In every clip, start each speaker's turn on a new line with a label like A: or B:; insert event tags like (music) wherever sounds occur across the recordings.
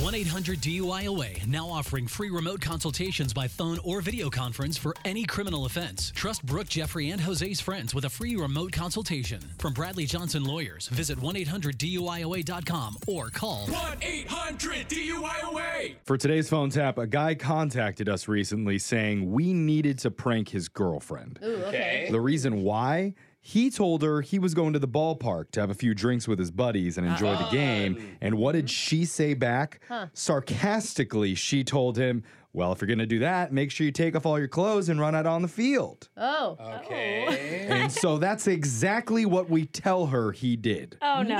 A: 1 800 DUIOA now offering free remote consultations by phone or video conference for any criminal offense. Trust Brooke, Jeffrey, and Jose's friends with a free remote consultation. From Bradley Johnson Lawyers, visit 1 800 DUIOA.com or call
B: 1 800 DUIOA.
C: For today's phone tap, a guy contacted us recently saying we needed to prank his girlfriend.
D: Ooh, okay.
C: The reason why? He told her he was going to the ballpark to have a few drinks with his buddies and enjoy the game. And what did she say back? Sarcastically, she told him, Well, if you're going to do that, make sure you take off all your clothes and run out on the field.
D: Oh.
E: Okay.
C: and so that's exactly what we tell her he did.
D: (laughs)
F: Oh no.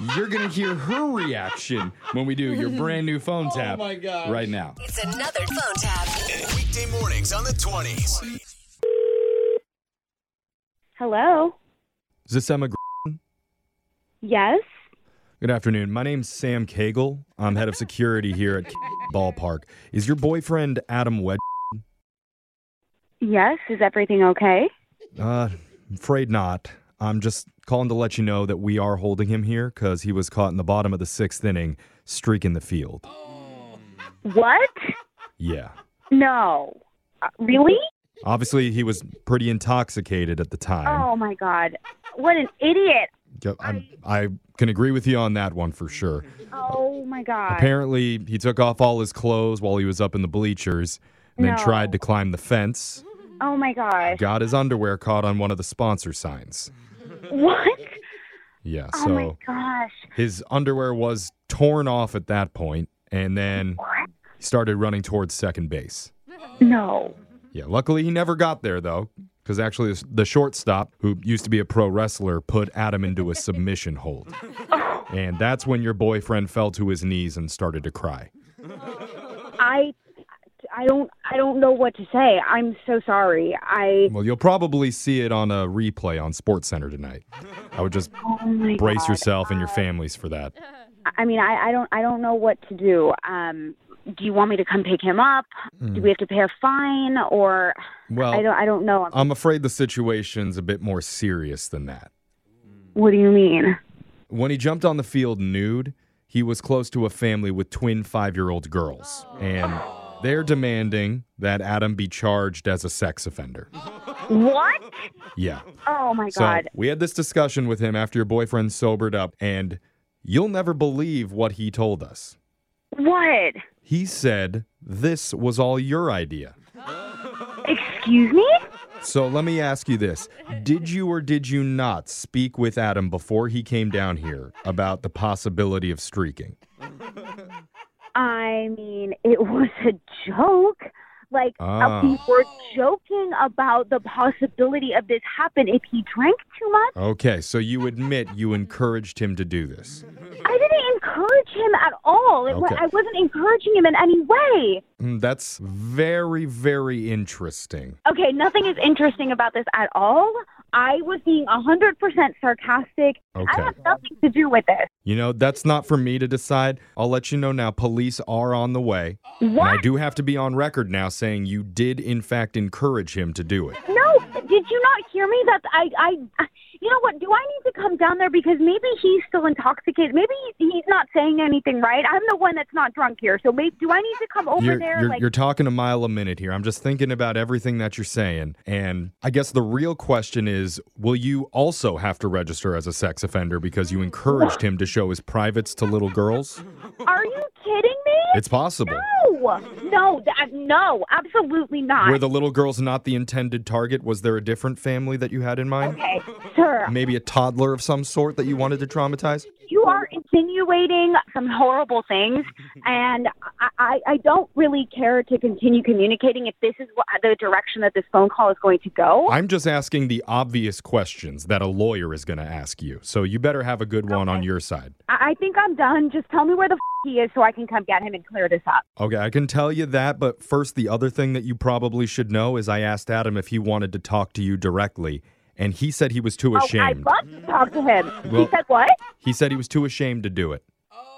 D: Wait, what?
C: You're going to hear her reaction when we do your brand new phone tap
E: Oh my gosh.
C: right now.
G: It's another phone tap.
H: Weekday mornings on the 20s.
F: Hello.
C: Is this Emma? Gr-
F: Yes.
C: Good afternoon. My name's Sam Cagle. I'm head of security here at Ballpark. Is your boyfriend Adam Wedge?
F: Yes. Is everything okay?
C: Uh, I'm afraid not. I'm just calling to let you know that we are holding him here because he was caught in the bottom of the sixth inning, streaking the field.
F: What?
C: Yeah.
F: No. Uh, really?
C: Obviously, he was pretty intoxicated at the time.
F: Oh my god. What an idiot.
C: Yep, I'm- I can agree with you on that one for sure.
F: Oh my god.
C: Apparently, he took off all his clothes while he was up in the bleachers and then
F: No.
C: tried to climb the fence.
F: Oh my gosh.
C: Got his underwear caught on one of the sponsor signs.
F: What?
C: Yeah,
F: Oh my
C: so
F: gosh.
C: his underwear was torn off at that point, and then
F: What?
C: he started running towards second base.
F: No.
C: Yeah, luckily he never got there though, because actually this- the shortstop, who used to be a pro wrestler, put Adam into a submission
F: (laughs)
C: hold, and that's when your boyfriend fell to his knees and started to cry.
F: I I don't I don't know what to say. I'm so sorry. I
C: Well, you'll probably see it on a replay on SportsCenter tonight. I would just
F: Oh my
C: brace
F: God.
C: yourself and your families for that.
F: I mean, I, I don't I don't know what to do. Um do you want me to come pick him up?
C: Mm.
F: Do we have to pay a fine or
C: Well,
F: I don't I don't know.
C: I'm afraid the situation's a bit more serious than that.
F: what do you mean?
C: When he jumped on the field nude, he was close to a family with twin five year old girls. And they're demanding that Adam be charged as a sex offender.
F: What?
C: Yeah.
F: Oh my
C: So
F: god.
C: we had this discussion with him after your boyfriend sobered up, and you'll never believe what he told us.
F: What?
C: He said this was all your idea.
F: Excuse me?
C: So let me ask you this Did you or did you not speak with Adam before he came down here about the possibility of streaking?
F: I mean, it was a joke. Like
C: Ah.
F: uh, we were joking about the possibility of this happen if he drank too much.
C: Okay, so you admit you encouraged him to do this.
F: I didn't encourage him at all. It wa-
C: Okay.
F: I wasn't encouraging him in any way.
C: Mm, That's very, very interesting.
F: Okay, nothing is interesting about this at all. I was being 100% sarcastic. I
C: Okay.
F: have nothing to do with this.
C: You know, that's not for me to decide. I'll let you know now. Police are on the way. And I
F: What?
C: do have to be on record now saying you did, in fact, encourage him to do it.
F: No, did you not hear me? That's I, I, I- you know what? Do I need to come down there because maybe he's still intoxicated? Maybe he- he's not saying anything right. I'm the one that's not drunk here, so maybe do I need to come over
C: You're,
F: there?
C: you're,
F: like,
C: you're talking a mile a minute here. I'm just thinking about everything that you're saying. And I guess the real question is will you also have to register as a sex offender because you encouraged him to show his privates to little girls?
F: are you kidding me?
C: It's possible.
F: No, no, that, no, absolutely not.
C: Were the little girls not the intended target? Was there a different family that you had in mind?
F: okay, sir,
C: Maybe a toddler of some sort that you wanted to traumatize?
F: you are insinuating some horrible things, and I, I, I don't really care to continue communicating if this is what, the direction that this phone call is going to go.
C: I'm just asking the obvious questions that a lawyer is going to ask you. So you better have a good one on your side.
F: I, I think I'm done. Just tell me where the f- he is so I can come get him and clear this up.
C: Okay, I can tell you that, but first, the other thing that you probably should know is I asked Adam if he wanted to talk to you directly, and he said he was too ashamed.
F: Oh, I'd love to talk to him.
C: Well-
F: he said what?
C: he said he was too ashamed to do it.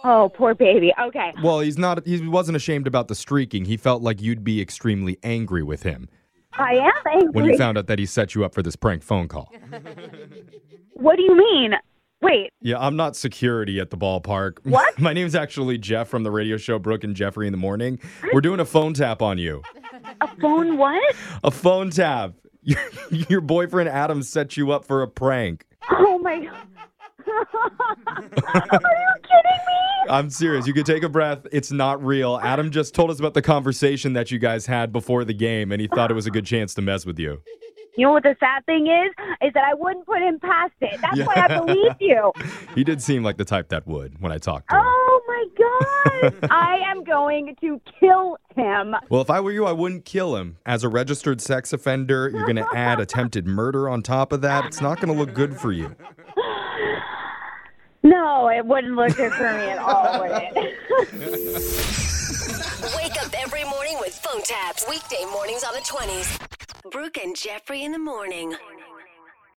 F: Oh, poor baby. Okay.
C: Well, he's not he wasn't ashamed about the streaking. He felt like you'd be extremely angry with him
F: I am angry.
C: when you found out that he set you up for this prank phone call.
F: what do you mean? Wait,
C: (laughs) Yeah, I'm not security at the ballpark. (laughs)
F: What?
C: My name's actually Jeff from the radio show Brooke and Jeffrey in the Morning. We're doing a phone tap on you.
F: a phone what?
C: A phone tap. (laughs) Your, your boyfriend Adam set you up for a prank.
F: Oh my (laughs) god. Are you kidding me?
C: I'm serious. You could take a breath. It's not real. Adam just told us about the conversation that you guys had before the game, and he thought it was a good chance to mess with you.
F: You know what the sad thing is? Is that I wouldn't put him past it. That's why I believe you.
C: He did seem like the type that would when I talked to him.
F: Oh my god. I am going to kill him.
C: Well, if I were you, I wouldn't kill him. As a registered sex offender, you're going to add attempted murder on top of that. It's not going to look good for you.
F: No, it wouldn't look good for me at all, would it?
D: Wake up every morning with phone taps. Weekday mornings on the 20s. Brooke and Jeffrey in the morning.